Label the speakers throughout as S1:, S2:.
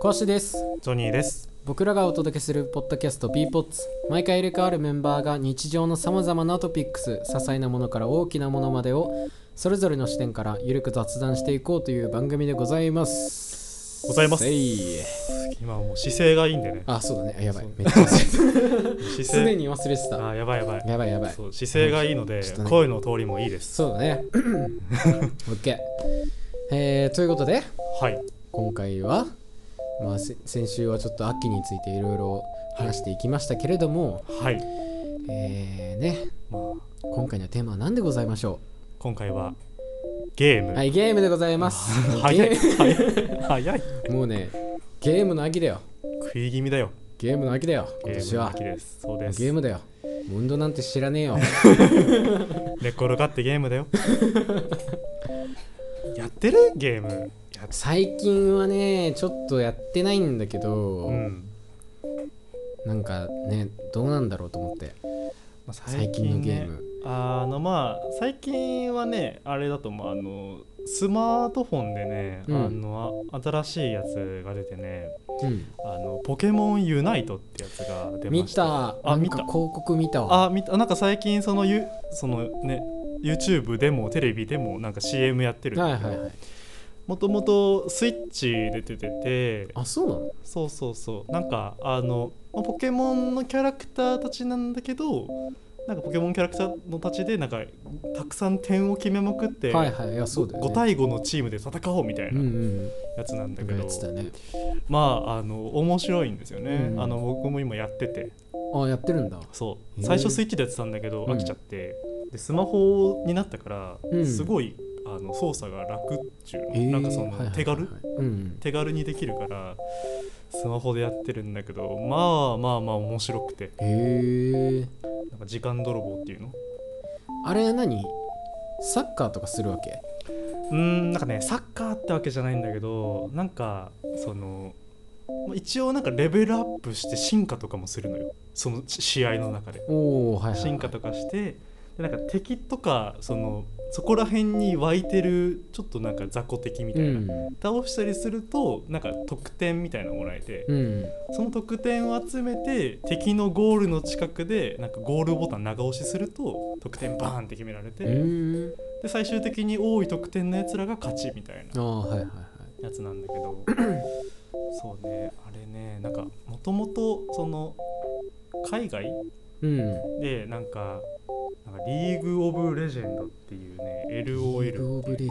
S1: 小足です
S2: ジョニーです。
S1: 僕らがお届けするポッドキャスト p ポッツ毎回入れ替わるメンバーが日常のさまざまなトピックス些細なものから大きなものまでをそれぞれの視点からゆるく雑談していこうという番組でございます
S2: ございます
S1: せい
S2: 今はもう姿勢がいいんでね。
S1: あそうだねあやばい
S2: そう
S1: めっちゃ忘れて
S2: 姿
S1: たすで
S2: 勢。
S1: に忘れてた
S2: あ、やばいやばい。
S1: やばいやばい
S2: そう姿勢がいいので、
S1: ちょっとね
S2: 声の通りもいいです。
S1: そうだ ね OK えー、ということで
S2: はい。
S1: 今回は、まあ、せ先週はちょっと秋についていろいろ話していきましたけれども、
S2: はい。
S1: えー、ね
S2: まあ、
S1: 今回のテーマは何でございましょ
S2: 今回はゲ
S1: う
S2: ーム。
S1: はいゲームでございます
S2: 早い。
S1: ゲー
S2: 早い。早い。
S1: ムもうねゲームの秋だよ
S2: 食い気味だよ。
S1: ゲームの秋だよ
S2: ゲ
S1: 今
S2: ー
S1: 年
S2: ムの
S1: は
S2: 秋です。そうです。
S1: ゲームだよもう運動なんて知らねえ よ
S2: 寝っ転がってゲー ムだよ。やってるゲーム。やっ
S1: 最近はねちょっとやってないんだけど、
S2: うん。
S1: なんかねどうなんだろうと思って
S2: まあ
S1: 最近の
S2: ね
S1: ゲーム、
S2: あのまあ最近はねあれだとまああのスマートフォンでね、
S1: うん
S2: あのあ新しいやつが出てね
S1: うん、
S2: あのポケモンユナイトってやつが出ま
S1: 見
S2: した
S1: た
S2: あ
S1: なん
S2: 見
S1: か
S2: た
S1: 広告見たわ
S2: あ見たなんか最近そのゆそのね YouTube でもテレビでもなんか CM やってるん
S1: は
S2: だ
S1: い
S2: けど
S1: はいはい
S2: もともとスイッチで出てて
S1: あそうなの
S2: そうそうそうなんかあのまあポケモンのキャラクターたちなんだけどなんかポケモンキャラクターのたちでなんかたくさん点を決めまくって、
S1: はいはいいやそうだよ、ね、
S2: 5対5のチームで戦おうみたい
S1: うんう
S2: なんやつなんだ
S1: なん
S2: け
S1: か
S2: ど、
S1: やってたね
S2: まああの面白いんですよね、
S1: うん
S2: あの僕も今やってて
S1: あやってるんだ
S2: そう
S1: へえ
S2: 最初スイッチでやってたんだけど
S1: うん
S2: 飽きちゃって、でスマホになったから、
S1: うん
S2: すごいあの操作が楽っちゅうの、
S1: えー
S2: なんかそ
S1: は
S2: の、
S1: いはいはいはい
S2: 手軽
S1: うんうん
S2: 手軽にできるからスマホでやってるんだけどまあまあまあ面白くて
S1: へえ
S2: なんか時間泥棒っていうの
S1: あれは何サッカーとかするわけ
S2: うーんなんかねサッカーってわけじゃないんだけどなんかそのまあ一応なんかレベルアップして進化とかもするのよそのし試合の中で
S1: おおはいはい、はい、
S2: 進化とかしてでなんか敵とかそのそこら辺に湧いてるちょっとなんか雑魚敵みたいな、
S1: うん
S2: 倒したりするとなんか得点みたいなのもらえて、
S1: うん
S2: その得点を集めて敵のゴールの近くでなんかゴールボタン長押しすると得点バーンって決められて、
S1: うーん
S2: で最終的に多い得点のやつらが勝ちみたい
S1: あ
S2: な
S1: あはいはいはい
S2: やつなんだけ どそうねあれねなんかもともとその海外
S1: うん
S2: でなんかなんかリーグ・オブ・レジェンドっていうね
S1: リーグ
S2: LOL
S1: オブレジェン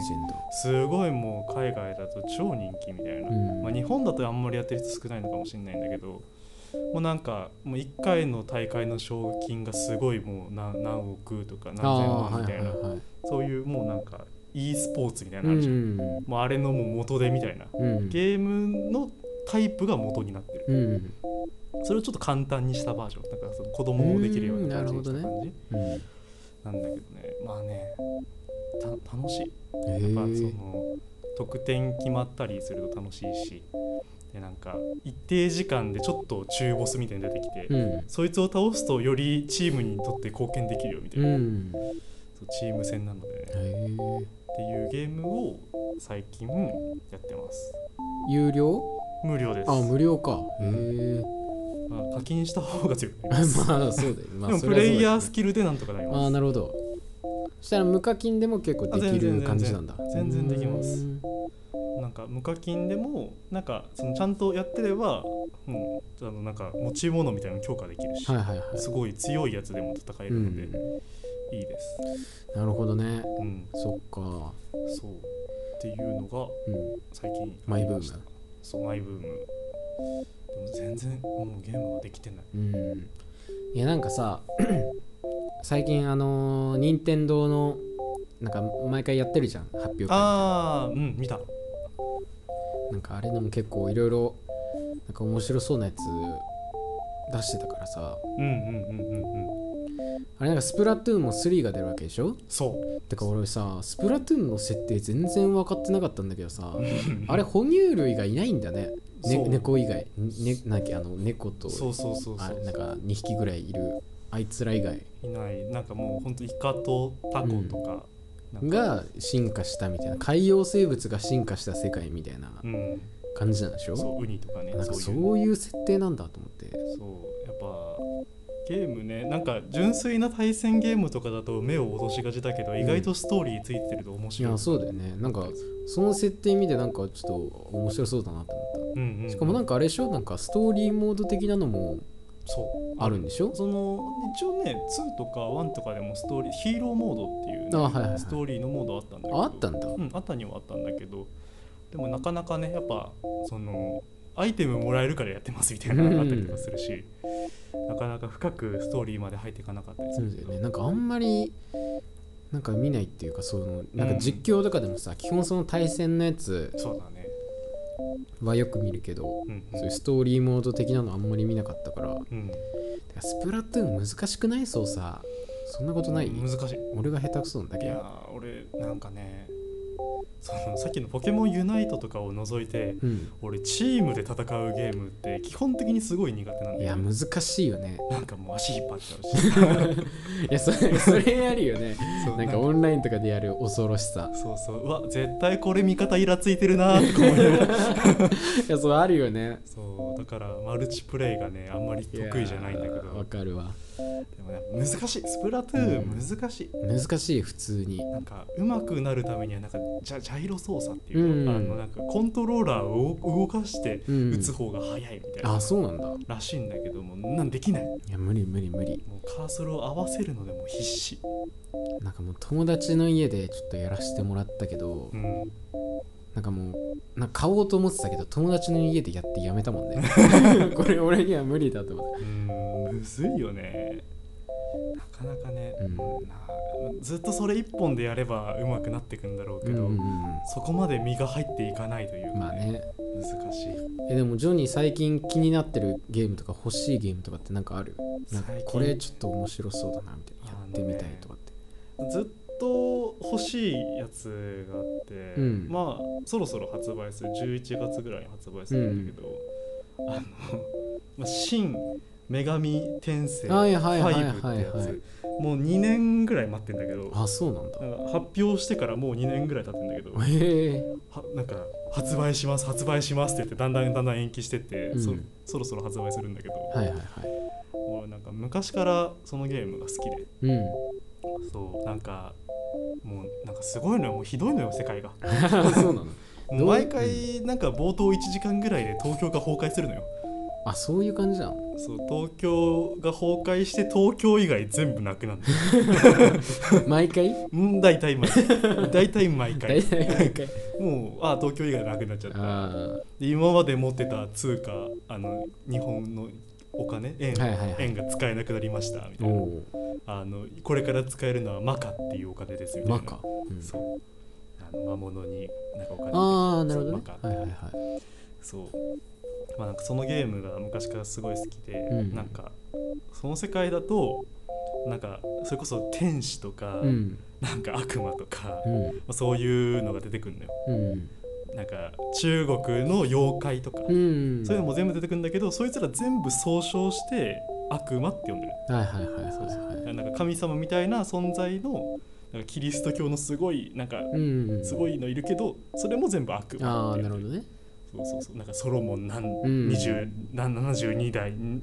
S2: すごいもう海外だと超人気みたいな、
S1: うん
S2: まあ、日本だとあんまりやってる人少ないのかもしれないんだけどもうなんかもう1回の大会の賞金がすごいもう何何億とか
S1: ド
S2: 何千
S1: ああ
S2: 万
S1: ー
S2: み
S1: は
S2: た
S1: い
S2: い
S1: はい
S2: な、
S1: はい
S2: そういうもうなんか e スポーツみたいな
S1: う
S2: のあるじゃん、
S1: ん
S2: もうあれのもう元でみたいな
S1: うん
S2: ゲームのタイプが元になってる
S1: うんうん
S2: それをちょっと簡単にしたバージョンなんかその子供もできるような感じにした
S1: うんなる
S2: 感じ、
S1: うん
S2: なんだけどねまあねた楽しい
S1: へ
S2: やっぱそ
S1: え
S2: の得点決まったりすると楽しいしでなんか一定時間でちょっと中ボスみたいに出てきて、
S1: うん
S2: そいつを倒すとよりチームにとって貢献できるよみたいうな、
S1: ん
S2: そうチーム戦なのでね
S1: へえ
S2: っていうゲームを最近やってます
S1: 有料
S2: 無料です
S1: あ無料かへえ
S2: まあ課金した方が強くなりま す、
S1: まあそうだよまあ
S2: でも
S1: それはそう
S2: プ
S1: だ
S2: レ
S1: よ
S2: イヤー
S1: ね
S2: スキルでなんとかなります
S1: ああなるほどそしたら無課金でも結構できる感じなんだ
S2: あ全然全然全然できます
S1: うん
S2: なんか無課金でもなんかそのちゃんとやってれば、うん、あのなんか持ち物みたいなの強化できるし、
S1: はいはいはい
S2: すごい強いやつでも戦え
S1: う
S2: るので、
S1: ん
S2: いいです、
S1: なるほどね
S2: うん、
S1: そっか
S2: そうっていうのが
S1: うん
S2: 最近
S1: マイブーム
S2: ありましたそうマイブームでも全然もうゲームはできてない
S1: うんいやなんかさ 最近あのー任天堂のなんか毎回やってるじゃん発表会
S2: ああうん見た
S1: なんかあれでも結構いろいろなんか面白そうなやつ出してたからさ
S2: うんうんうんうんうん
S1: あれなんかスプラトゥーンも3が出るわけでしょ
S2: そう
S1: てか俺さスプラトゥーンの設定全然分かってなかったんだけど さあれ哺乳類がいないんだねね
S2: そう
S1: 猫以外、ね、なんだっけあの猫と
S2: そうそうそう
S1: あ
S2: そ
S1: れ
S2: う
S1: なんか2匹ぐらいいるあいつら以外
S2: いないなんかもうほんとイカとタコとか,、なんか
S1: が進化したみたいな海洋生物が進化した世界みたいな
S2: うん
S1: 感じなんでしょ
S2: そうウニとかね
S1: なんか
S2: そ
S1: そう
S2: いう
S1: ういう設定なんだと思って
S2: そうやっぱゲームねなんか純粋な対戦ゲームとかだと目を落としがちだけど、
S1: ん
S2: 意外とストーリーついてると面
S1: い
S2: 白い
S1: やそうだよねなんかその設定見てなんかちょっと面白そうだなと思っ
S2: うんうん、
S1: たしかもなんんかあれでしょなんかストーリーモード的なのも
S2: そう
S1: あるんでしょ
S2: その一応ね2とか1とかでもストーリーヒーローモードっていう、ね
S1: あはいはいはい
S2: ストーリーのモードあったんだけど
S1: ああったんだ
S2: うん、あったにはあったんだけどでもなかなかねやっぱそのアイテムもらえるからやってますみたいなのがあったりとかするし、なかなか深くストーリーまで入っていかなかったりす
S1: そう
S2: る
S1: だ
S2: け
S1: よ
S2: ど
S1: ねなんかあんまりなんか見ないっていうかそのなんか実況とかでもさ、基本その対戦のやつ
S2: そうだね、
S1: はよく見るけど
S2: うん
S1: そういうストーリーモード的なのあんまり見なかったからて
S2: うん
S1: かスプラトゥーン難しくない操作そんなことない、
S2: 難しい
S1: 俺が下手くそなんだ
S2: い
S1: け
S2: や
S1: ど
S2: ー俺なんかねそのさっきの「ポケモンユナイト」とかを除いて
S1: うん
S2: 俺チームで戦うゲームって基本的にすごい苦手なん
S1: い
S2: だ
S1: や
S2: よね
S1: 難しいよね
S2: なんかもう足引っ張っちゃ うし
S1: いやそれ それあるよね
S2: そう
S1: なんかオンラインとかでやる恐ろしさ
S2: そうそううわ絶対これ味方イラついてるなーとか思いながら
S1: いやそうあるよね
S2: そうだからマルチプレイがねあんまり得意じゃないんだけど
S1: やーわかるわ
S2: でもね難しいスプラトゥーン難しい、
S1: 難しい普通に
S2: なんか上手くなるためにはなんかジャジャイロ操作っていうの、
S1: うん
S2: あのなんかコントローラーを動動かして
S1: うん
S2: 打つ方が早いみたいな、
S1: あそうなんだ
S2: らしいんだけどもなんできない
S1: いや無理無理無理
S2: もうカーソルを合わせるのでも必死、
S1: なんかもう友達の家でちょっとやらせてもらったけど、
S2: うん、
S1: なんかもうなんか買おうと思ってたけど友達の家でやってやめたもん ねこれ俺には無理だと思っ
S2: うんむずいよねなかなかね、
S1: うん
S2: なずっとそれ一本でやれば上手くなってくんだろう
S1: てう
S2: け
S1: ん
S2: ど、
S1: うんうん
S2: そこまで身が入っていかないというか、
S1: まあね
S2: 難しい
S1: えでもジョニー最近気になってるゲームとか欲しいゲームとかってなんかあるなんか
S2: 最近
S1: これちょっと面白そうだなみたいな
S2: あ
S1: や
S2: の
S1: っ
S2: ね
S1: てみたいとかって、
S2: ずっと欲しいやつがあって、
S1: うん
S2: まあそろそろ発売する11月ぐらいに発売するんだけど、あの、まあ、新女神転生
S1: はいはいはいはいはい
S2: 5ってやつもう2年ぐらい待ってんだけど
S1: あそうなんだ
S2: なんか発表してからもう2年ぐらい経ってんだけど
S1: へえ
S2: はなんか発売します発売しますって言ってだんだんだんだん延期してって、
S1: うん
S2: そそろそろ発売するんだけど、
S1: はいはいはい
S2: もうなんか昔からそのゲームが好きで
S1: うん
S2: そうなんかもうなんかすごいのよもうひどいのよ世界が
S1: そうなの
S2: もう毎回なんか冒頭1時間ぐらいで東京が崩壊するのよ
S1: あそういう感じなの
S2: そう東京が崩壊して東京以外全部なくなる
S1: 毎回
S2: うん大体 毎回大体毎
S1: 大
S2: 回
S1: 体毎回
S2: もうあ東京以外なくなっちゃった
S1: あ
S2: で今まで持ってた通貨あの日本のお金円,、
S1: はいはいはい
S2: 円が使えなくなりましたみ
S1: あ
S2: た
S1: お
S2: いな
S1: お
S2: あのこれから使えるのはマカっていうお金ですみたい
S1: マ
S2: な
S1: カ、うん
S2: そうあの魔物になんかお金
S1: ああなるほどね
S2: そうマカ
S1: はいはいはい
S2: そうまあなんかそのゲームが昔からすごい好きで、
S1: うん
S2: なんかその世界だとなんかそれこそ天使とか、
S1: うん
S2: なんか悪魔とか、
S1: う
S2: ま
S1: ん
S2: あそういうのが出てくるのよ
S1: うん
S2: なんか中国の妖怪とか、
S1: うん
S2: そういうのも全部出てくるんだけどそいつら全部総称して悪魔って呼んでる
S1: はいはいはいはい
S2: そうそう
S1: はい
S2: なんか神様みたいな存在のなんかキリスト教のすごいなんか
S1: うんうん
S2: すごいのいるけどそれも全部悪魔って
S1: ああ
S2: 呼ん
S1: な
S2: で
S1: るほどね
S2: そうそうそうなんかソロモンなん、
S1: ん
S2: 20なん72代2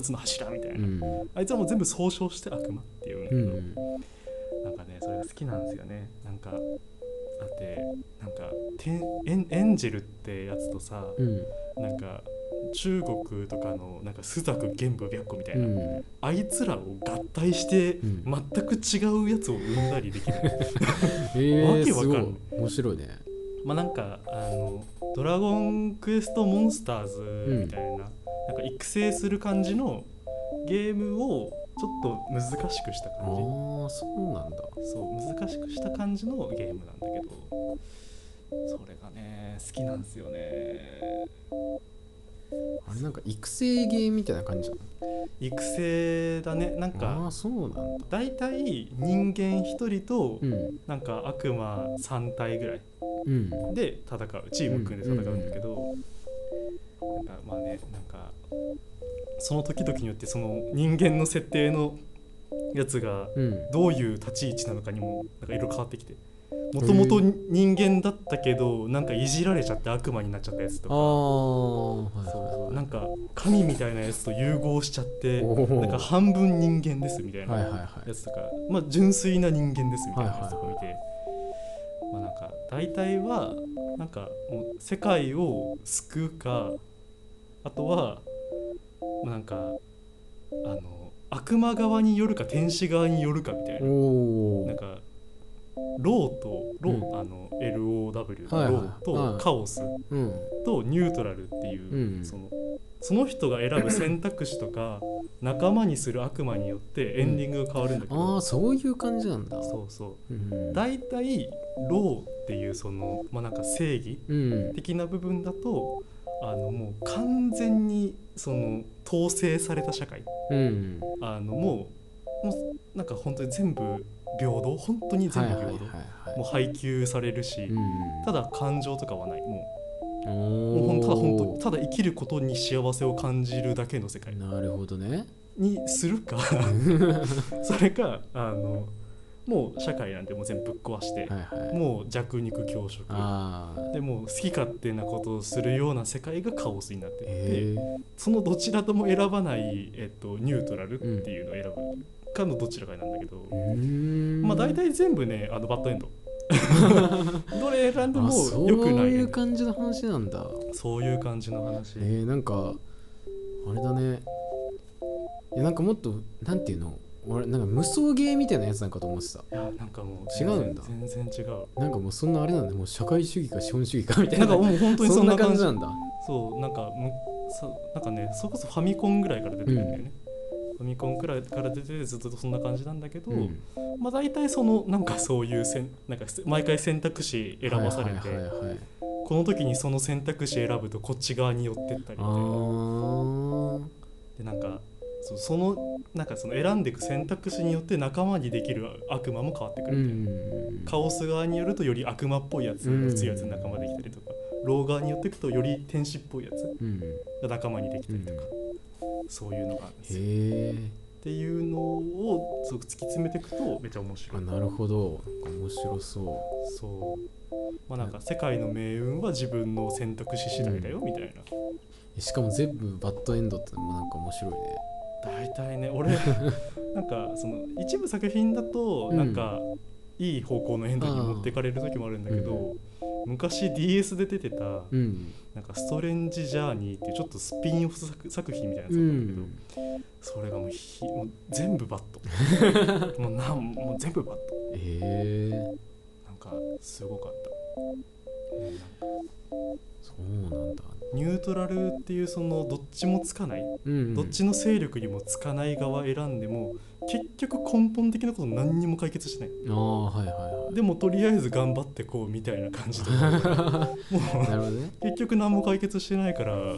S2: つの柱みたいな、
S1: うん
S2: あいつはもう全部総称して悪魔っていうんだけ
S1: う
S2: ど、
S1: ん
S2: なんかねそれが好きなんですよねなんかだってなんかてんエンエンジェルってやつとさ、
S1: うん
S2: なんか中国とかのなんか朱雀玄武白虎みたいうな、
S1: ん
S2: あいつらを合体して
S1: うん
S2: 全く違うやつを生んだりできる、
S1: え
S2: わ
S1: え
S2: け
S1: す
S2: わか
S1: ご
S2: んないい
S1: 面白いね
S2: まあなんかあの「ドラゴンクエストモンスターズ」みたいな,、なんか育成する感じのゲームをちょっと難しくした
S1: ああ
S2: 感じ
S1: そうなんだ
S2: そう難しくした感じのゲームなんだけどそれがね好きなんですよね
S1: あれなんか育成ゲーみたいな感じなの
S2: 育成だねなん
S1: ああー
S2: か
S1: そうなんだ
S2: 大体人間1人と
S1: うん
S2: なんか悪魔3体ぐらい
S1: うん
S2: で戦うチーム組んで戦うんだけど、なんかまあねなんかその時々によってその人間の設定のやつが
S1: うん
S2: どういう立ち位置なのかにもなんかいろいろ変わってきてもともと人間だったけどなんかいじられちゃって悪魔になっちゃったやつ
S1: あ
S2: とか
S1: あ、はい
S2: そうそうなんか神みたいなやつと融合しちゃって
S1: おー
S2: なんか半分人間ですみたいな
S1: はいはい
S2: や
S1: はい
S2: つとか、まあ、純粋な人間ですみたいな
S1: はい
S2: や
S1: はい
S2: つとか見て、まあ、なんか大体はなんかもう世界を救うかあとは、まあ、なんかあの悪魔側によるか天使側によるかみたいな
S1: お
S2: なん
S1: ー
S2: かローとロー、
S1: う
S2: あの LOW
S1: はいはい
S2: ロー
S1: は
S2: と
S1: い
S2: カオス
S1: うん
S2: とニュートラルっていう、
S1: うん
S2: そのその人が選ぶ選択肢とか仲間にする悪魔によってエンディングが変わるんだけ
S1: あ
S2: ど、
S1: あそういう感じなんだ
S2: そうそううん大体ローっていうその、まあ、なんか正義
S1: うん
S2: 的な部分だとあのもう完全にその統制された社会
S1: うん
S2: あのもうもうなんか本当に全部平等本当に
S1: はいは
S2: 全部
S1: い
S2: 平
S1: は
S2: 等、
S1: い
S2: も
S1: は
S2: う配給されるし、
S1: いうん
S2: ただ感情とかはないもう
S1: お
S2: もうほんただ本
S1: ー
S2: 当ただ生きることに幸せを感じるだけの世界
S1: なるほどね
S2: に するかそれかあのもう社会なんてもう全部ぶっ壊し
S1: は
S2: て、
S1: いはい
S2: もう弱肉強食
S1: ああ
S2: でもう好き勝手なことをするような世界がカオスになっていて、
S1: え
S2: そのどちらとも選ばない、えっと、ニュートラルっていうのを選ぶかのどちらかなんだけど、
S1: えうん
S2: まあ大体全部ねあのバッドエ ンドどれ選んで
S1: あ
S2: も
S1: そ
S2: 良くな
S1: う
S2: い
S1: い
S2: エ
S1: う
S2: ンド
S1: 感じの話なんだ
S2: そういう感じの話、
S1: えー、なんかあれだねいやなんかもっとなんていうの俺なんか無双ゲーみたいなやつなんかと思ってた
S2: いやなんかもう
S1: 違うんだ
S2: 全然全然違う
S1: なんかもうそんなあれなんだもう社会主義か資本主義かみたい
S2: な
S1: なん
S2: かもう本当に
S1: そ
S2: そ
S1: ん
S2: ん
S1: な
S2: な
S1: 感
S2: 感
S1: じ
S2: じ
S1: なんだ
S2: そうなんかむそうなんかねそれこそファミコンぐらいから出てくるんだよね、ファミコンくらいから出ててずっとそんな感じなんだけど、
S1: うん
S2: まあ大体そのなんかそういうせんなんかせ毎回選択肢選ばされて、
S1: はいはいはいはい
S2: この時にその選択肢選ぶとこっち側に寄ってったりみたい
S1: あ
S2: な
S1: ー
S2: でなんかそうそのなんかその選んでいく選択肢によって仲間にできる悪魔も変わってく
S1: う
S2: るみたいな、
S1: ん
S2: カオス側によるとより悪魔っぽいやつ
S1: うん
S2: 強いやつが仲間できたりとか、ロー側によっていくとより天使っぽいやつ
S1: うん
S2: が仲間にできた
S1: う
S2: り
S1: ん
S2: とか、
S1: へ
S2: そういうのがあるんですよ。
S1: え
S2: っていうのをそう突き詰めていくとめっちゃ面白
S1: あ
S2: い。
S1: なるほど面白そ
S2: そうまあなんか世界の命運は自分の選択肢次第だよみたいな。
S1: うしかも全部バッドエンドってのもなんか面白いね
S2: 大体ね 俺なんかその一部作品だと
S1: うん
S2: なんか、いい方向のエンドに持ってかれる時もあるんだけど、昔 DS で出てた
S1: うん
S2: なんかストレンジジャーニーっていうちょっとスピンオフ作作品みたいなや
S1: う
S2: つだったんだけど、
S1: ん
S2: それがもうひもう全部バ ットもうなんもう全部バット
S1: ええ
S2: なんかすごかった、ねなんか
S1: そうなんだ
S2: ニュートラルっていうそのどっちもつかない、
S1: うんうん
S2: どっちの勢力にもつかない側選んでも結局根本的なこと何にも解決しない
S1: ああはいはいはい
S2: でもとりあえず頑張ってこうみたいな 感じでも
S1: な
S2: う
S1: るほどね。
S2: 結局何も解決してないから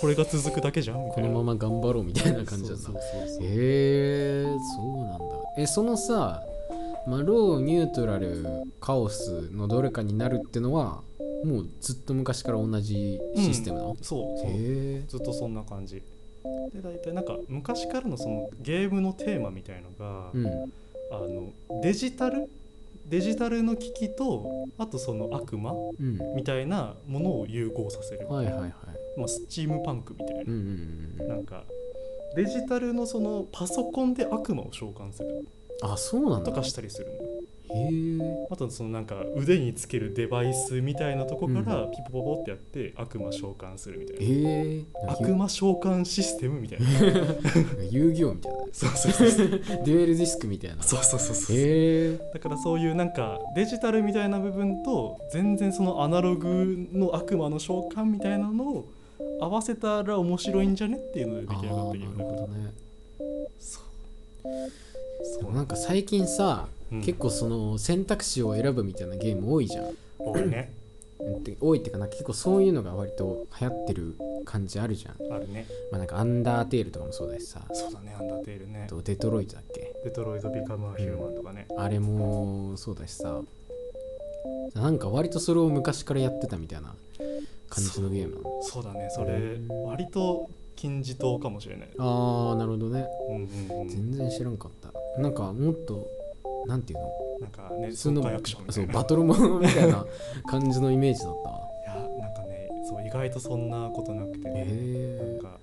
S2: これが続くだけじゃんみた
S1: こ
S2: いな
S1: のまま頑張ろうみたいな感じなんだ
S2: そう。そうそうそう
S1: へえー、そうなんだ。え、そのさ、まあ、ロー、ニュートラル、カオスのどれかになるってのは、もうずっと昔から同じシステムなの、
S2: そうそう
S1: へえ
S2: ずっとそんな感じで大体なんか昔からのそのゲームのテーマみたいのが、
S1: うん。
S2: あのデジタルデジタルの危機とあとその悪魔
S1: うん。
S2: みたいなものを融合させる、
S1: はいはいはい。
S2: まあ、スチームパンクみた
S1: うんう
S2: いな,、
S1: んうんう。
S2: なんんかデジタルのそのパソコンで悪魔を召喚する
S1: あ、そうなん
S2: と
S1: だ。
S2: かしたりするの
S1: へえ。
S2: あとそのなんか腕につけるデバイスみたいなとこからピポポポってやって悪魔召喚するみたいな、
S1: へえ。なんか
S2: 悪魔召喚システムみたいな
S1: 遊戯王みたいな。
S2: そうそうそうそう
S1: デュエルディスクみたいな。
S2: そうそうそうそう、
S1: へえ。
S2: だからそういうなんかデジタルみたいな部分と全然そのアナログの悪魔の召喚みたいなのを合わせたら面白いんじゃねっていうので
S1: あ
S2: 出
S1: あー、
S2: 来
S1: な
S2: 上
S1: る
S2: がっ
S1: ほ
S2: たゲームだから
S1: どね。
S2: そう
S1: で
S2: そ
S1: も
S2: う
S1: なんか最近さ、
S2: うん
S1: 結構その選択肢を選ぶみたいなゲーム多いじゃん
S2: 多いね
S1: って多いっていうかなんか結構そういうのが割と流行ってる感じあるじゃん
S2: あるね
S1: まあなんかアンダーテールとかもそうだしさ
S2: そうだねアンダーテールね
S1: あとデトロイトだっけ
S2: デトロイト・ビカム・ア・ヒューマンとかね、
S1: あれもそうだしさなんか割とそれを昔からやってたみたいな感じのゲームなの
S2: そうだねそれ
S1: うん
S2: 割と金字塔かもしれない、
S1: あーなるほどね
S2: うんうんうん、
S1: 全然知らんかったなんかもっとなんていうの
S2: なんかね
S1: 普通の
S2: 爽快アクションみた
S1: そ
S2: いうな
S1: バトルものみたいな感じのイメージだったわ
S2: いやなんかねそう意外とそんなことなくて、なん
S1: へ
S2: か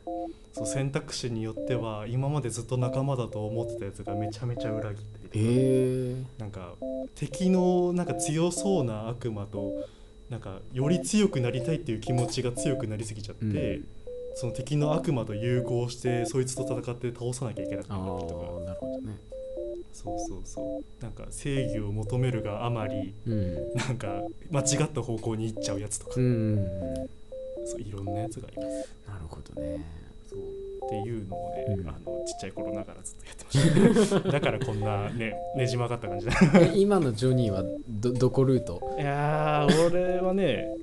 S2: そう選択肢によっては今までずっと仲間だと思ってたやつがめちゃめちゃ裏切ったりと
S1: え
S2: か、
S1: へえ
S2: なんか敵のなんか強そうな悪魔となんかより強くなりたいっていう気持ちが強くなりすぎちゃって、
S1: うん
S2: その敵の悪魔と融合してそいつと戦って倒さなきゃいけなく
S1: ああ
S2: なったりとか
S1: なるほどね
S2: そうそうそうなんか正義を求めるがあまり
S1: うん
S2: なんか間違った方向に行っちゃうやつとか、
S1: うんう んうん
S2: そういろんなやつがいます。
S1: なるほどね
S2: そうっていうのをね、
S1: うん
S2: あのちっちゃい頃ながらずっとやってま しただからこんなねねじ曲がった感じだい
S1: え今のジョニーはどどこルート
S2: やー俺はね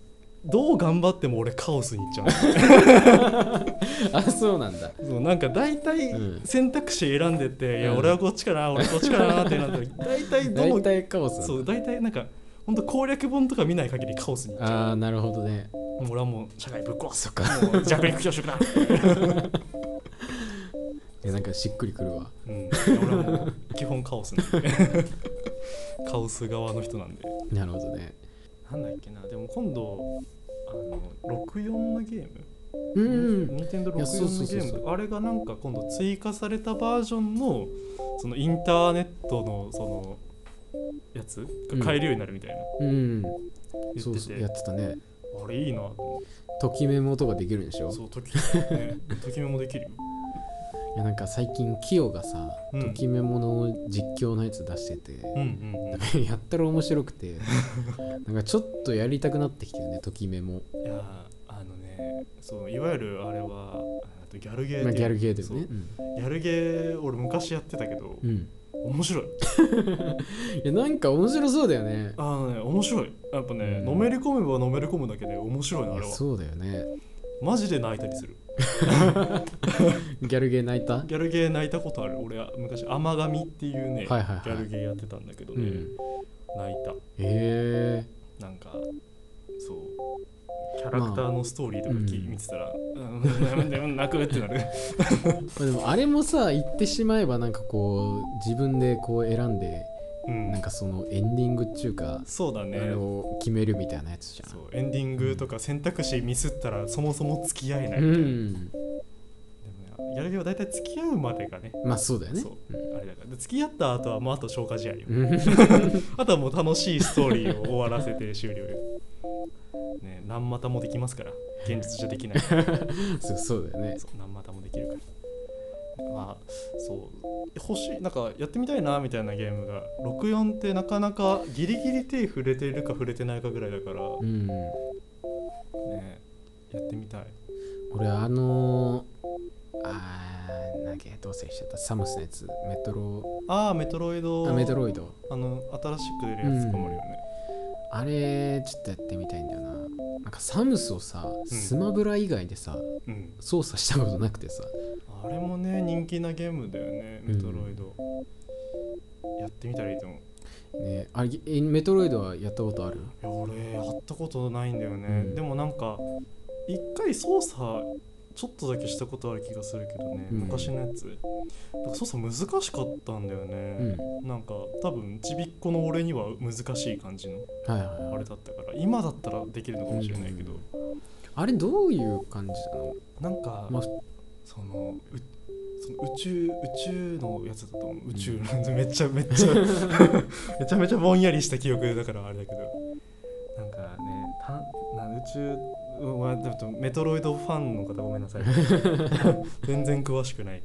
S2: どう頑張っても俺カオスにいっちゃうんだよ
S1: あそうなんだ
S2: そうなんか大体
S1: うん
S2: 選択肢選んでて、いや
S1: うん
S2: 俺はこっちかな俺こっちかなってな ったら大体ど
S1: 大
S2: の
S1: 体カオスなんだ
S2: そう大体なんかほんと攻略本とか見ない限りカオスにいっち
S1: あ
S2: ゃ
S1: あ
S2: う
S1: なるほどね
S2: もう俺はもう社会ぶっ壊す
S1: そっか
S2: もう弱肉強 食だ、
S1: えなんかしっくりくるわ
S2: うん、いや俺はもう基本カオスなんで カオス側の人なんで
S1: なるほどね
S2: なんだっけなでも今度あの64のゲーム、
S1: う
S2: 任天堂64
S1: いやそうそう
S2: の
S1: そ
S2: ゲ
S1: うそう
S2: ームあれがなんか今度追加されたバージョンのそのインターネットのそのやつが買えるようになるみたいな、
S1: うん
S2: 言ってて
S1: そうそうやってたね
S2: あれいいなと思って
S1: ときメモとかできるんでしょ
S2: そうとき,、ね、 ときめもできるよ
S1: いやなんか最近キヨがさ、
S2: うん
S1: ときメモの実況のやつ出してて、
S2: うんうん う
S1: やったら面白く てなんかちょっとやりたくなってきたよねときメモ
S2: んいやーあのねそういわゆるあれはあとギャルゲー
S1: まあ
S2: っていう
S1: ギャルゲーだよね
S2: そうギャルゲー俺昔やってたけど、
S1: うん、うん
S2: 面白い
S1: いやなんか面白そうだよね
S2: あのね面白いやっぱね、
S1: うん
S2: のめり込めばのめり込むだけで面白いのあ
S1: い
S2: れ
S1: や
S2: は
S1: そうだよね
S2: マジで泣いたりする
S1: ギャルゲー泣いた
S2: ギャルゲー泣いたことある俺は昔「甘神」っていうね、
S1: はいはいはい
S2: ギャルゲーやってたんだけど
S1: う
S2: ね、
S1: ん
S2: 泣い
S1: へえ
S2: たなんかそうキャラクターのストーリーとか聞い
S1: まあ
S2: 見てたら「うん、うんうん泣く」っ てなる
S1: まあ、でもあれもさ言ってしまえばなんかこう自分でこう選んで
S2: うん
S1: なんかそのエンディングっちゅうか、
S2: そうだね
S1: あれを決めるみたいなやつじゃん
S2: そうエンディングとか選択肢ミスったらそもそも付き合えない、
S1: う
S2: でもね
S1: ん
S2: ギャルゲーは大体付き合うまでがね
S1: まあそうだよね
S2: そうあれだからで付き合った後はもうあと消化試合よ
S1: うん
S2: あとはもう楽しいストーリーを終わらせて終了 よ。ね何股もできますから、現実じゃで きない。
S1: そうそうだよね
S2: そう何股もできるから。まあ、そう、欲しい、なんかやってみたいなみたいなゲームが、64ってなかなかギリギリ手触れてるか触れてないかぐらいだから、
S1: うん
S2: ね、やってみたい。
S1: 俺あのー、あーなんだっけどうせしちゃったサムスのやつメトロ
S2: ああ、メトロイド、
S1: あメトロイド
S2: あの、新しく出るやつ困るよね。
S1: あれちょっとやってみたいんだよななんかサムスをさスマブラ以外でさ、
S2: うん。
S1: 操作したことなくてさ
S2: あれもね、人気なゲームだよね、メトロイド。やってみたらいいと思う。
S1: ねあれえメトロイドはやったことある
S2: いや俺やったことないんだよね、
S1: うん
S2: でもなんか一回操作ちょっとだけしたことある気がするけどね、
S1: うん
S2: 昔のやつなんか操作難しかったんだよ
S1: うん
S2: ね、なんか多分ちびっこの俺には難しい感じの
S1: はいはいはい
S2: あれだったから今だったらできるのかもしれないけど、
S1: うんあれどういう感じなの、
S2: なんか、
S1: まあ
S2: そのうその宇宙宇宙のやつだと思う宇宙 のめっちゃめっちゃめちゃめちゃぼんやりした記憶だからあれだけどなんかねたな宇宙はでもメトロイドファンの方ごめんなさ い全然詳しくない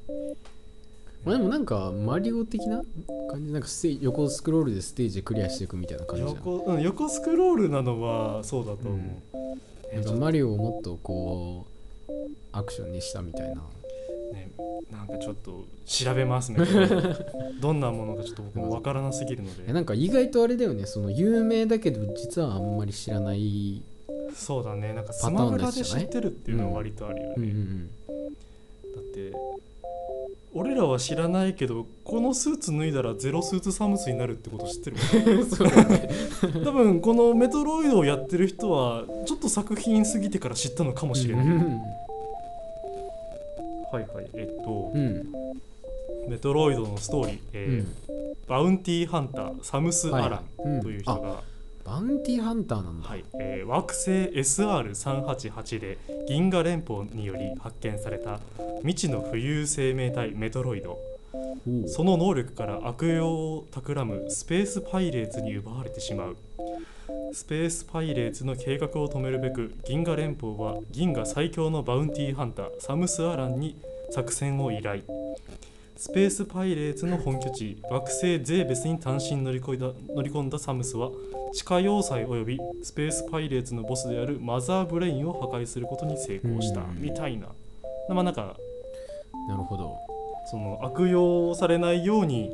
S1: まあ、でもなんかマリオ的な感じなんかステージ横スクロールでステージクリアしていくみたいな感じじゃん
S2: 横,、うん、横スクロールなのはそうだと思う、
S1: うん
S2: え
S1: なん
S2: っ
S1: か
S2: と
S1: マリオをもっとこうアクションにしたみたいな
S2: ね、なんかちょっと調べます ねこれどんなものかちょっと僕もわからなすぎるの
S1: え
S2: で
S1: なんか意外とあれだよねその有名だけど実はあんまり知らない、
S2: そうだねなんかス
S1: パタ
S2: マ
S1: ーン
S2: ブ
S1: のや
S2: ラ
S1: つ
S2: で
S1: じゃ
S2: 知
S1: ない
S2: ってるっていうのは割とあるよね、
S1: うん うん
S2: だって俺らは知らないけどこのスーツ脱いだらゼロスーツサムスになるってこと 知ってる
S1: うん、そうだね
S2: 多分このメトロイドをやってる人はちょっと作品過ぎてから知ったのかもしれない、
S1: うん
S2: はいはいえっと、
S1: うん
S2: メトロイドのストーリーで、
S1: うん
S2: バウンティーハンターサムス・アラ
S1: はいはいうん
S2: ンという人が、
S1: バウンティーハンターなんだ、
S2: はいえー惑星 SR388 で銀河連邦により発見された未知の浮遊生命体メトロイド
S1: おう
S2: その能力から悪用を企むスペースパイレーツに奪われてしまうスペースパイレーツの計画を止めるべく銀河連邦は銀河最強のバウンティーハンターサムス・アランに作戦を依頼スペースパイレーツの本拠地惑星ゼーベスに単身乗り越えた乗り込んだサムスは地下要塞及びスペースパイレーツのボスであるマザーブレインを破壊することに成功した
S1: うん
S2: みたいなまあなんか
S1: なるほど
S2: その悪用されないように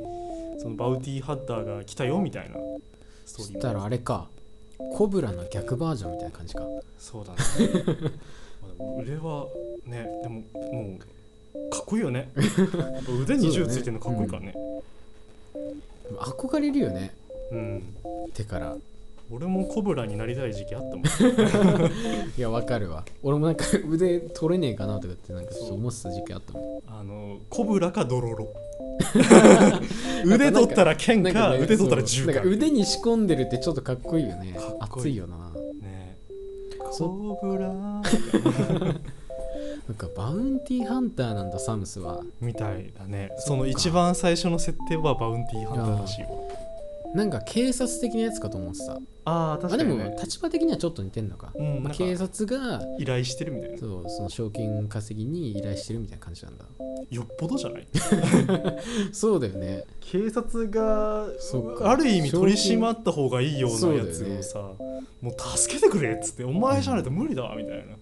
S2: そのバウティーハンターが来たよみたいなスト
S1: そ
S2: ーリー
S1: したらあれかコブラの逆バージョンみたいな感じか
S2: そうだね腕はねでももうかっこいいよねやっぱ腕に銃ついてるのかっこいいからね
S1: 憧れるよね
S2: うん
S1: 手から
S2: 俺もコブラになりたい時期あったもん
S1: いやわかるわ俺もなんか 腕取れねえかなとかってなんかちょっと思ってた時期あったも
S2: あのコブラかドロロ腕取ったら
S1: ん
S2: 剣
S1: な
S2: か
S1: んかね
S2: 腕取ったら
S1: そ
S2: 銃
S1: う
S2: か
S1: なんか腕に仕込んでるってちょっとかっこいいよね
S2: かっこい
S1: 熱
S2: い
S1: いよな
S2: ね
S1: そ
S2: コブラ
S1: なんかバウンティーハンターなんだサムスは
S2: みたいだね
S1: そっか
S2: その一番最初の設定はバウンティーハンターらしいわ
S1: なんか警察的なやつかと思ってた、
S2: ああ確
S1: あで
S2: かに、
S1: も
S2: ね、
S1: 立場的にはちょっと似てんのか,、
S2: うんなん
S1: まあ、
S2: か
S1: 警察が
S2: 依頼してるみたいな
S1: そうその賞金稼ぎに依頼してるみたいな感じなんだ
S2: よっぽどじゃない
S1: そうだよね
S2: 警察が
S1: そうか
S2: ある意味取り締まった方がいいようなやつ
S1: そうだよね
S2: をさ、もう助けてくれっつってお前じゃないと無理だみたいな、
S1: ま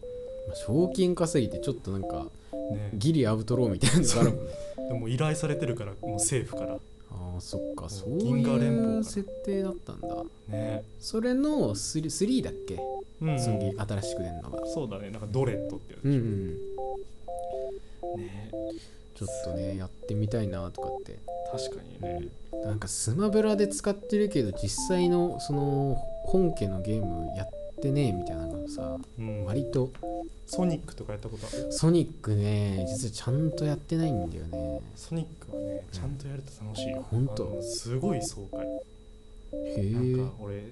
S1: あ賞金稼ぎってちょっとなんか
S2: ね、
S1: ギリアウトローみたいなのがあるもんね
S2: でも依頼されてるからもう政府から
S1: ああそっかそう
S2: 銀河連邦か
S1: いう
S2: ら
S1: 設定だったんだ
S2: ね
S1: それの 3, 3だっけ、
S2: うん
S1: 次新しく出るのが
S2: そうだねなんかドレッドってやつ、
S1: うんうん
S2: ね
S1: ちょっとねやってみたいなとかって
S2: 確かにね
S1: なんかスマブラで使ってるけど実際のその本家のゲームやってねえみたいなのがさ
S2: うん
S1: 割と
S2: ソニックとかやったことある
S1: ソニックね実はちゃんとやってないんだよね
S2: ソニックはねちゃんとやると楽しいよ
S1: ほんと
S2: あのすごい爽快
S1: へ
S2: なん
S1: え
S2: か俺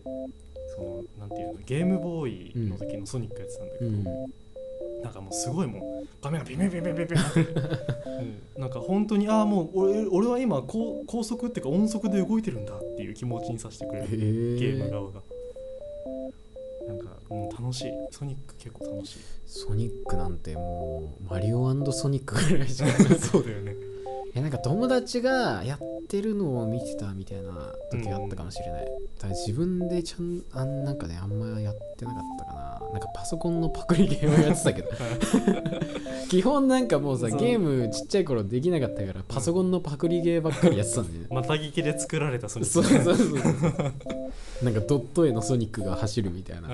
S2: そのなんていうのゲームボーイの時のソニックやってたんだけ
S1: う
S2: ど、
S1: ん
S2: なんかもうすごいもう画面がビビビビビビって、うん、なんか本当にああもう俺俺は今高高速っていうか音速で動いてるんだっていう気持ちにさせてくれ
S1: へ
S2: るゲーム
S1: え
S2: 側が、なんかもう楽しいソニック結構楽 しい
S1: ソニックなんてもうマリオソニックぐらい じゃん
S2: そうだよね
S1: えなんか友達がやってるのを見てたみたいな時があったかもしれない、ただ自分でちゃんあんなんかねあんまやってなかったかななんかパソコンのパクリゲームやってたけ ど基本なんかもうさ
S2: そう
S1: ゲームちっちゃい頃できなかったからパソコンのパクリゲーばっかりやってたんで、ね
S2: またぎきで作られたソニック
S1: そうそうそうそう なんかドット絵のソニックが走るみたいな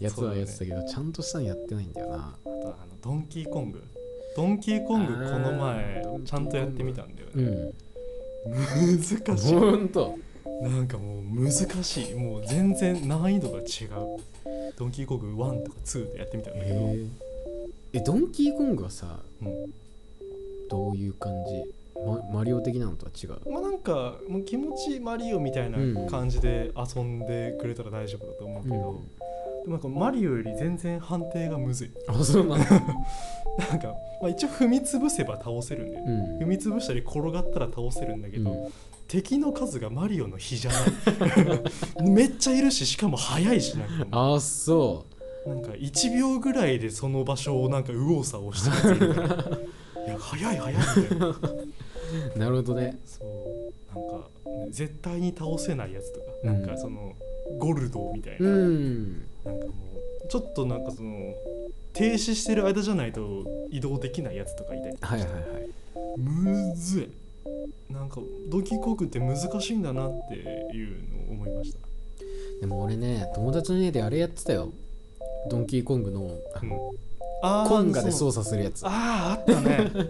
S1: やつはやってた
S2: け
S1: けど、ちゃんとしたのやってないんだよな
S2: ど、あとあのドンキーコングドンキーコングこの前
S1: あー
S2: ちゃんとやってみたんだよ
S1: う
S2: ね、
S1: ん
S2: 難しい
S1: ほんと
S2: なんかもう難しいもう全然難易度が違うドンキーコング1とか2でやってみたんだけど、
S1: ええドンキーコングはさ
S2: うん
S1: どういう感じ、ま、マリオ的なのとは違う
S2: まあなんかもう気持ちマリオみたい
S1: うん
S2: な感じで遊んでくれたら大丈夫だと思うけど、でもなんかマリオより全然判定がむずい
S1: あそうなんだ、
S2: なんか、まあ、一応踏み潰せば倒せるんだよ
S1: う
S2: ね、
S1: ん
S2: 踏み潰したり転がったら倒せるんだけど、
S1: うん
S2: 敵の数がマリオの比じゃないめっちゃいる ししかも速いしなんかも
S1: あそう
S2: なんか1秒ぐらいでその場所をなんか右往左往してるやついるからいや速い速いみたいな
S1: うなるほどね
S2: そうなんか絶対に倒せないやつとか、なんかそのゴルドーみたいな,、
S1: うん
S2: なんかもうちょっとなんかその停止してる間じゃないと移動できないやつとかいたり
S1: はいはいはい
S2: むずいなんかドンキーコークって難しいんだなっていうのを思いました、
S1: でも俺ね友達の家であれやってたよドンキーコングのあ
S2: うん
S1: の、
S2: あー
S1: コンガで
S2: そう
S1: 操作するやつあ
S2: あーあった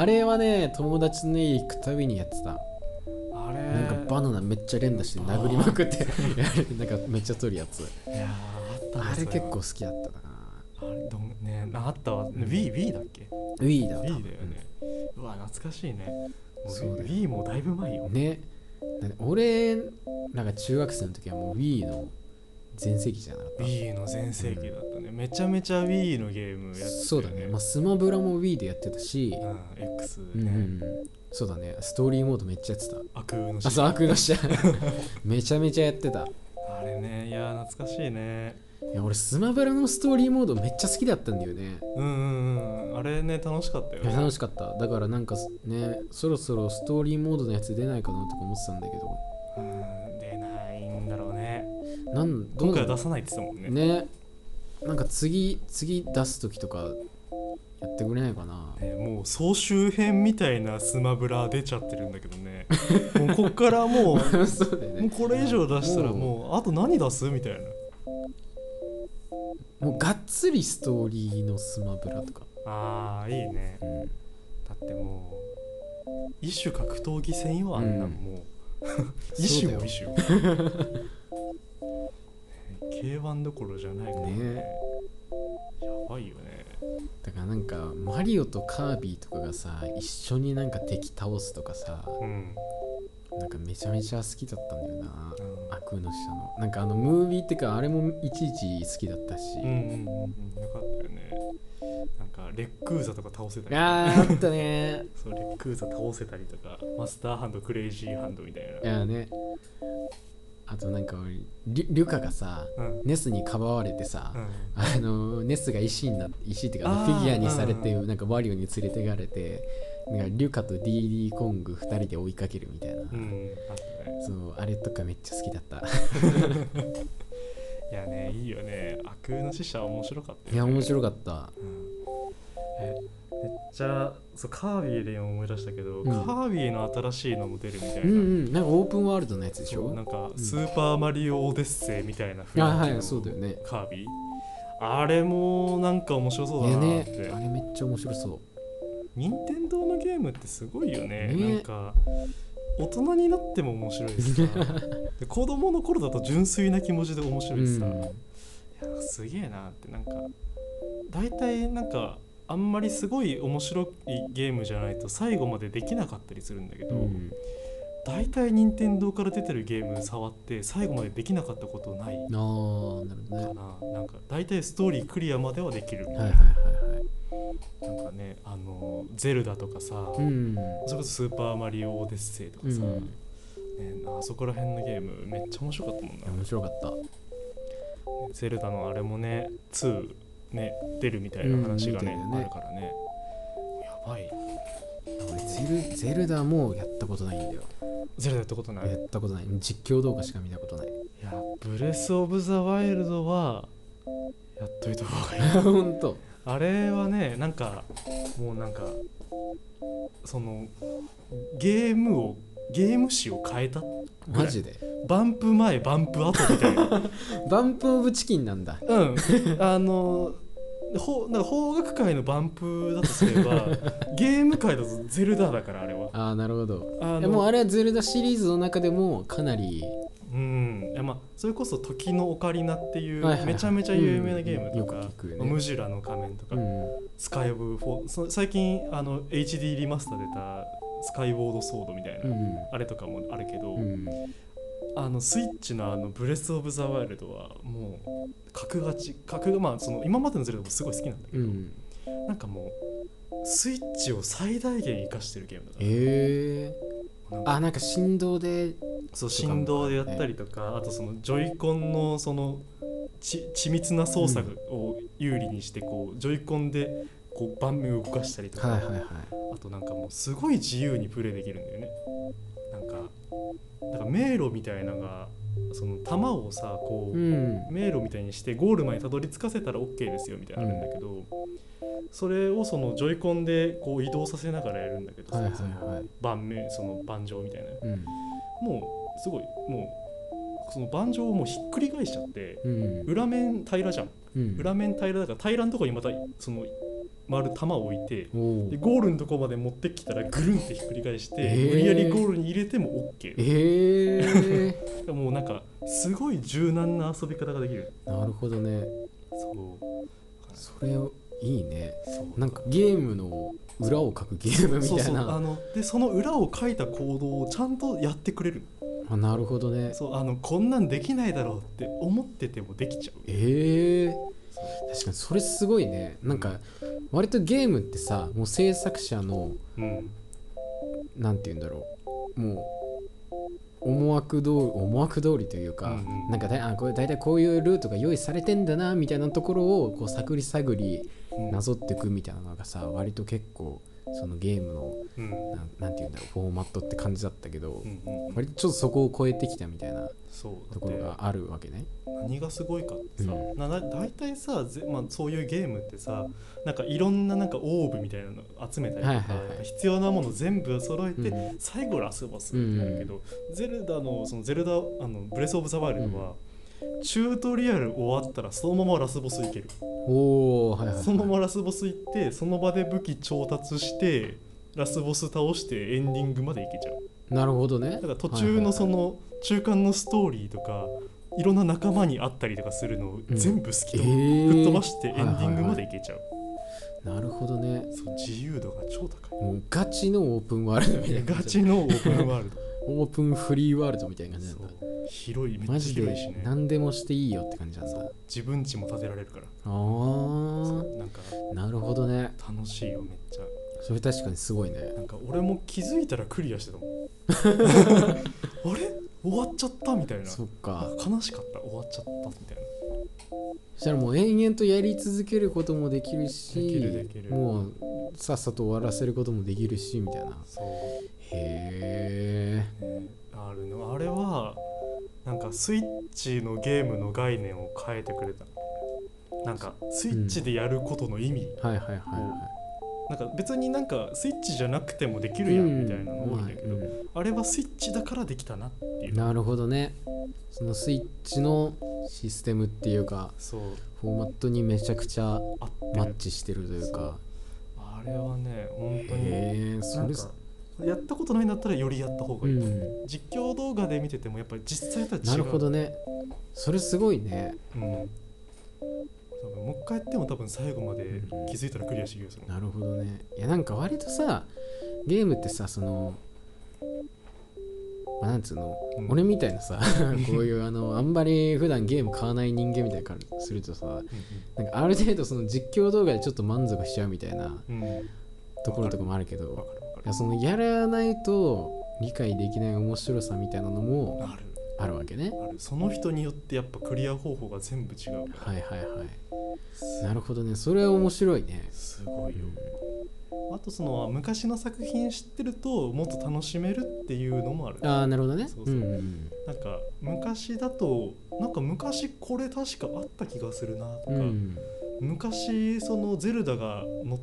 S2: ね
S1: れはね友達の家行くたびにやってた
S2: あれ
S1: なんかバナナめっちゃ連打して殴りまくってやる なんかめっちゃ取るやつ
S2: いやーあったね
S1: あれ
S2: そ
S1: 結構好きだったな
S2: あれどんねあったわ WeeWe だっけ
S1: Wii だわ多
S2: Wii
S1: 分
S2: だよね、うわ懐かしいねもう
S1: そうだよ
S2: Wii もだいぶ前よ、
S1: ねだって俺なんか中学生の時はもう Wii の全盛期じゃなかった
S2: Wii の全盛期だったね、めちゃめちゃ Wii のゲームやってたよ
S1: そうだね、まあ、スマブラも Wii でやってたし、
S2: うん、X ね、
S1: うんうんうん、そうだねストーリーモードめっちゃやってた
S2: 悪の
S1: あそう悪の下 めちゃめちゃやってた
S2: あれねいやー懐かしいね
S1: いや俺スマブラのストーリーモードめっちゃ好きだったんだよね
S2: うんうんうんあれね楽しかったよ
S1: いや
S2: ね
S1: 楽しかっただからなんかねそろそろストーリーモードのやつ出ないかなとか思ってたんだけど
S2: うん出ないんだろうね
S1: なんど
S2: 今
S1: うなん
S2: 回
S1: だ
S2: は出さないって言ってたもんねね
S1: ねなんか次次出す時とかやってくれないかな
S2: もう総集編みたいなスマブラ出ちゃってるんだけどねもうこっからも
S1: そうだよ
S2: うもう
S1: ね
S2: これ以上出したらもうあと何出すみたいな
S1: もうがっつりストーリーのスマブラとか、
S2: あーいいね
S1: うん、
S2: だってもう一種格闘技専用あんな
S1: うん
S2: んもう 一
S1: そうだ
S2: 種
S1: よ
S2: も一種 K1 どころじゃないからね
S1: ね
S2: やばいよね
S1: だからなんかマリオとカービィとかがさ一緒になんか敵倒すとかさ
S2: うん
S1: なんかめちゃめちゃ好きだったんだよな
S2: うん
S1: 悪の下のなんかあのムービーってかあれもいちいち好きだったし、
S2: うんうんうんうんよかったよねなんかレックーザとか倒せたり
S1: あーあったね
S2: そうレックーザ倒せたりとかマスターハンドクレイジーハンドみたい
S1: い
S2: な
S1: やねあとなんか俺リリュカがさ
S2: うんうん
S1: ネスにかばわれてさ、あのネスが石になって石っていうか
S2: あ
S1: フ
S2: ー
S1: ィギュアにされて
S2: うん
S1: なんかワリオに連れてかれてなんかリュカと DD コング2人で追いかけるみたいな、
S2: うんあったね
S1: そうあれとかめっちゃ好きだった
S2: いやねいいよね悪空の使者は面白かったよ、
S1: い
S2: ね、
S1: や面白かった
S2: えめっちゃそうカービィで思い出したけど、
S1: ん
S2: カービィの新しいのも出るみたいな、
S1: うんうんなんかオープンワールドのやつでし
S2: そう
S1: ょ
S2: なんか、スーパーマリオオデッセイみたいな雰囲気
S1: あ
S2: の
S1: はいそうだよね
S2: カービィあれもなんか面白そう
S1: い
S2: だ
S1: や
S2: な
S1: ね
S2: って、
S1: あれめっちゃ面白そう
S2: 任天堂のゲームってすごいよね
S1: ね
S2: なんか大人になっても面白いし さで子供の頃だと純粋な気持ちで面白いしさ、
S1: うん
S2: いやすげえなってなんか大体なんかあんまりすごい面白いゲームじゃないと最後までできなかったりするんだけど、
S1: うん
S2: 大体任天堂から出てるゲーム触って最後までできなかったことない
S1: あーなるほどね
S2: かななんか大体ストーリークリアまではできるみた
S1: はいいはい
S2: な,、
S1: はいはい
S2: なんかねあのゼルダとかさ、
S1: うん
S2: それこそ「スーパーマリオオデッセイ」とかさ、
S1: うん
S2: ね、あそこら辺のゲームめっちゃ面白かったもん
S1: い
S2: な
S1: や面白かった
S2: ゼルダのあれもね2ね出るみたいな話がね,、
S1: うんみたいだね
S2: あるからねやばい
S1: 俺ゼルゼルダもやったことないんだよ
S2: ゼルダやったことない
S1: やったことない実況動画しか見たことない
S2: いやブレス・オブ・ザ・ワイルドはやっといた方がいい
S1: ほんと
S2: あれはねなんかもうなんかそのゲームをゲーム史を変えた
S1: マジで
S2: バンプ前バンプ後みたい な
S1: バンプオブチキンなんだ
S2: うん、あのほなんか邦楽界のバンプだとすれ ばゲーム界だとゼルダだからあれは。
S1: ああなるほど
S2: あ
S1: いや
S2: の
S1: もうあれはゼルダシリーズの中でもかなり
S2: うんいやまあ、それこそ「時のオカリナ」っていう
S1: はいはいはい
S2: めちゃめちゃ有名なゲームと
S1: うん
S2: か
S1: よく聞くよね
S2: まあムジュラの仮面」とか
S1: うん
S2: 「スカイオブ・フォー」そ最近あの HD リマスター出た「スカイウォード・ソード」みたいな、
S1: うん
S2: あれとかもあるけど、
S1: うん
S2: あのスイッチのあのブレス・オブ・ザ・ワイルドはもう格がち格がまあその今までのゼルダもすごい好きなんだけど、
S1: うん
S2: なんかもうスイッチを最大限生かしてるゲームだから
S1: え
S2: なん
S1: ー、
S2: か
S1: あなんか振動で
S2: そう振動でやったりとかあとそのジョイコンのそのち緻密な操作を有利にしてこうジョイコンでこう盤面を動かしたりとか、
S1: はいはいはい
S2: あとなんかもうすごい自由にプレイできるんだよねなんかなんか迷路みたいなのがその弾をさこ
S1: う
S2: う、
S1: ん
S2: 迷路みたいにしてゴールまでたどり着かせたら OK ですよみたいなのあるんだけど、それをそのジョイコンでこう移動させながらやるんだけどさ、
S1: はいはい
S2: その
S1: はい
S2: 盤面その盤上みたいな
S1: うん
S2: もうすごいもうその盤上をもうひっくり返しちゃって
S1: うん
S2: 裏面平らじゃん
S1: うん
S2: 裏面平らだから平らのとこにまたその丸玉を置いて
S1: おお
S2: でゴールのとこまで持ってきたらぐるんってひっくり返して、
S1: えー
S2: 無理やりゴールに入れても OK
S1: えー、
S2: もうなんかすごい柔軟な遊び方ができる
S1: なるほどね
S2: そう
S1: それいいね
S2: そう
S1: なんかゲームの裏を書くゲームみたいな
S2: そうそうあのでその裏を書いた行動をちゃんとやってくれる
S1: あなるほどね
S2: そうあのこんなんできないだろうって思っててもできちゃう
S1: ええ確かにそれすごいねなんか割とゲームってさもう制作者の
S2: うん
S1: なんて言うんだろうもう思惑通り思惑通りというか、
S2: うんうん
S1: なんかだあこれ大体こういうルートが用意されてんだなみたいなところをこう探り探り
S2: うん
S1: なぞっていくみたいなのがさ割と結構そのゲームの
S2: うん
S1: なんなんて言うんだろうフォーマットって感じだったけど、
S2: うんうん
S1: 割とちょっとそこを超えてきたみたいな
S2: そう
S1: と
S2: だっ
S1: ころ
S2: て
S1: があるわけね。
S2: 何がすごいかってさ、
S1: う
S2: なな大体さぜ、まあ、そういうゲームってさなんかいろんななんかオーブみたいなの集めたりと
S1: は
S2: か、
S1: いはいはい
S2: 必要なもの全部揃えて、
S1: うん
S2: 最後ラスボスってなるけど、ゼルダのそのゼルダあのブレス・オブ・ザ・ワイルドは、チュートリアル終わったらそのままラスボス行ける、
S1: おーはいはいはい
S2: そのままラスボス行ってその場で武器調達してラスボス倒してエンディングまで行けちゃう
S1: なるほどね。
S2: だから途中のそ
S1: はい
S2: の中間のストーリーとかいろんな仲間に会ったりとかするのを
S1: うん
S2: 全部好きと
S1: えー
S2: ぶっ飛ばしてエンディングまでいけちゃう、
S1: はいはいなるほどね。
S2: そう自由度が超高い
S1: もうガチのオープンワールドみたいな感
S2: ガ
S1: じ
S2: チのオープンワールド
S1: オープンフリーワールドみたいな感じなん
S2: そ
S1: だ
S2: う広いめっちゃ
S1: マジ
S2: 広い
S1: で
S2: しね
S1: 何でもしていいよって感じなんだあ
S2: 自分家も建てられるから
S1: あ
S2: そう
S1: ー
S2: なんか
S1: なるほどね
S2: 楽しいよめっちゃ
S1: それ確かにすごいね
S2: なんか俺も気づいたらクリアしてた もんあれ終わっちゃったみたいな
S1: そっ
S2: あ
S1: か
S2: 悲しかった終わっちゃったみたいな
S1: そしたらもう延々とやり続けることもできるし
S2: できるできる
S1: もうさっさと終わらせることもできるしみたいな
S2: そう
S1: へえ
S2: ねあるのあれはなんかスイッチのゲームの概念を変えてくれたなんかスイッチでやることの意味、
S1: はいはいはい
S2: なんか別になんかスイッチじゃなくてもでき
S1: はい
S2: るやんみたいなの多いんだけど、
S1: うんまあ
S2: あれはスイッチだからできたなっていう
S1: うんなるほどねそのスイッチのシステムっていうか
S2: そう
S1: フォーマットにめちゃくちゃ
S2: あ
S1: マッ
S2: ってる
S1: チしてるというか
S2: あれはね本当に
S1: へえ
S2: な
S1: そ
S2: ん
S1: れ
S2: かやったことないんだったらよりやった方が
S1: う
S2: いい、
S1: ん
S2: 実況動画で見ててもやっぱり実際とは違う
S1: なるほどねそれすごいね
S2: うん、多分もう一回やっても多分最後まで気づいたらクリアしてくれるよ
S1: なるほどねいやなんか割とさゲームってさその、まあ、なんつうの、
S2: うん
S1: 俺みたいなさ こういうあのあんまり普段ゲーム買わない人間みたいからするとさなんかある程度その実況動画でちょっと満足しちゃうみたいな
S2: うんうん
S1: ところとかもあるけ
S2: わか
S1: ど
S2: るわ
S1: い
S2: か
S1: やそのやらないと理解できない面白さみたいなのも
S2: るある
S1: あるわけね
S2: あるその人によってやっぱクリア方法が全部違う
S1: はいはいはいなるほどねそれは面白いね
S2: すごいよあとその昔の作品知ってるともっと楽しめるっていうのもある
S1: ああなるほどね
S2: そうそうん
S1: ん
S2: なんか昔だとなんか昔これ確かあった気がするなと
S1: う
S2: か、
S1: んうん
S2: 昔そのゼルダがの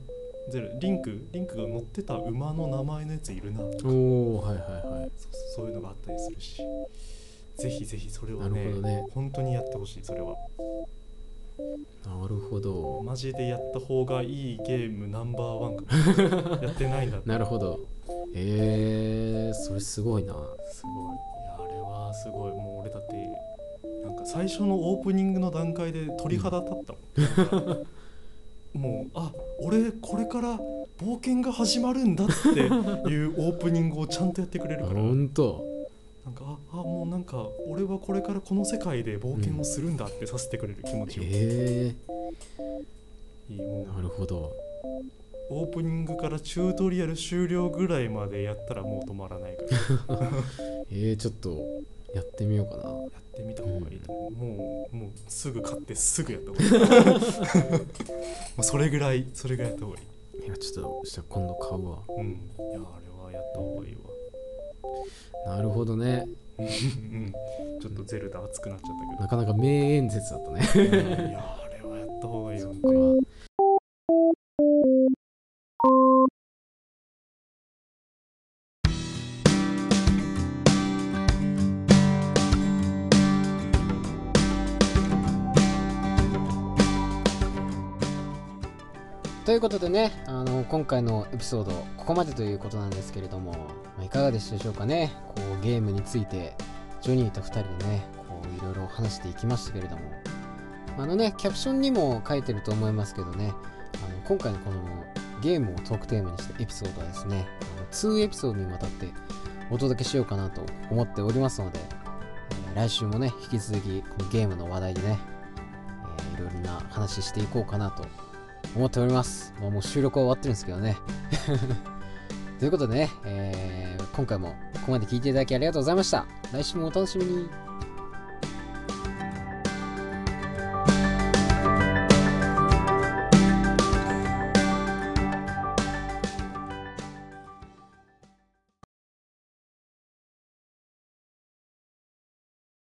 S2: ゼルリンクリンクが乗ってた馬の名前のやついるなとか
S1: おおはいはいはい
S2: そうそういうのがあったりするしぜひぜひそれ
S1: な
S2: は
S1: る
S2: ね
S1: ほどね
S2: 本当にやってほしいそれは
S1: なるほど
S2: マジでやった方がいいゲームナンバーワンか もやってないんだって
S1: なるほどえー、それすごいな
S2: すごいいやあれはすごいもう俺だってなんか最初のオープニングの段階で鳥肌立ったもん、 なんかもうあ俺これから冒険が始まるんだっていうオープニングをちゃんとやってくれ
S1: あ
S2: るから
S1: ほんと
S2: なんかああもうなんか俺はこれからこの世界で冒険をするんだってさせてくれる気持ちを、
S1: え
S2: いい
S1: ー、
S2: もう
S1: なるほど
S2: オープニングからチュートリアル終了ぐらいまでやったらもう止まらないからや
S1: えー、ちょっとやってみようかな
S2: ってみた方がいいと思うもうもうすぐ買ってすぐやった方がいい もうそれぐらいそれぐらいやった方がいい
S1: いやちょっとじゃあ今度買うわ
S2: うんいやあれはやった方がいいわ
S1: なるほどね
S2: うんちょっとゼルダ熱くなっちゃっ
S1: なかなか名演説だったね
S2: たけどうんいやあれはやった方がいいよ
S1: これはということでねあの今回のエピソードここまでということなんですけれどもまあいかがでしたでしょうかねこうゲームについてジョニーと2人でねこういろいろ話していきましたけれどもあのねキャプションにも書いてると思いますけどねあの今回のこのゲームをトークテーマにしたエピソードはですねあの2エピソードにわたってお届けしようかなと思っておりますので、えー来週もね引き続きこのゲームの話題でね、えーいろいろな話していこうかなと思っております、まあ、もう収録は終わってるんですけどね ということでね、えー今回もここまで聞いていただきありがとうございました来週もお楽しみに